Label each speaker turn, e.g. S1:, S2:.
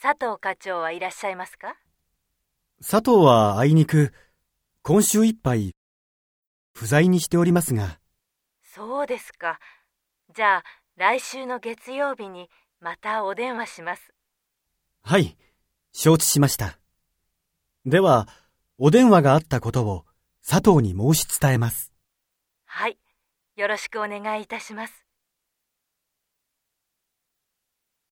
S1: 佐藤課長はいらっしゃいますか
S2: 佐藤はあいにく、今週いっぱい、不在にしておりますが、
S1: そうですか。じゃあ、来週の月曜日にまたお電話します。
S2: はい、承知しました。では、お電話があったことを佐藤に申し伝えます。
S1: はい。よろしくお願いいたします。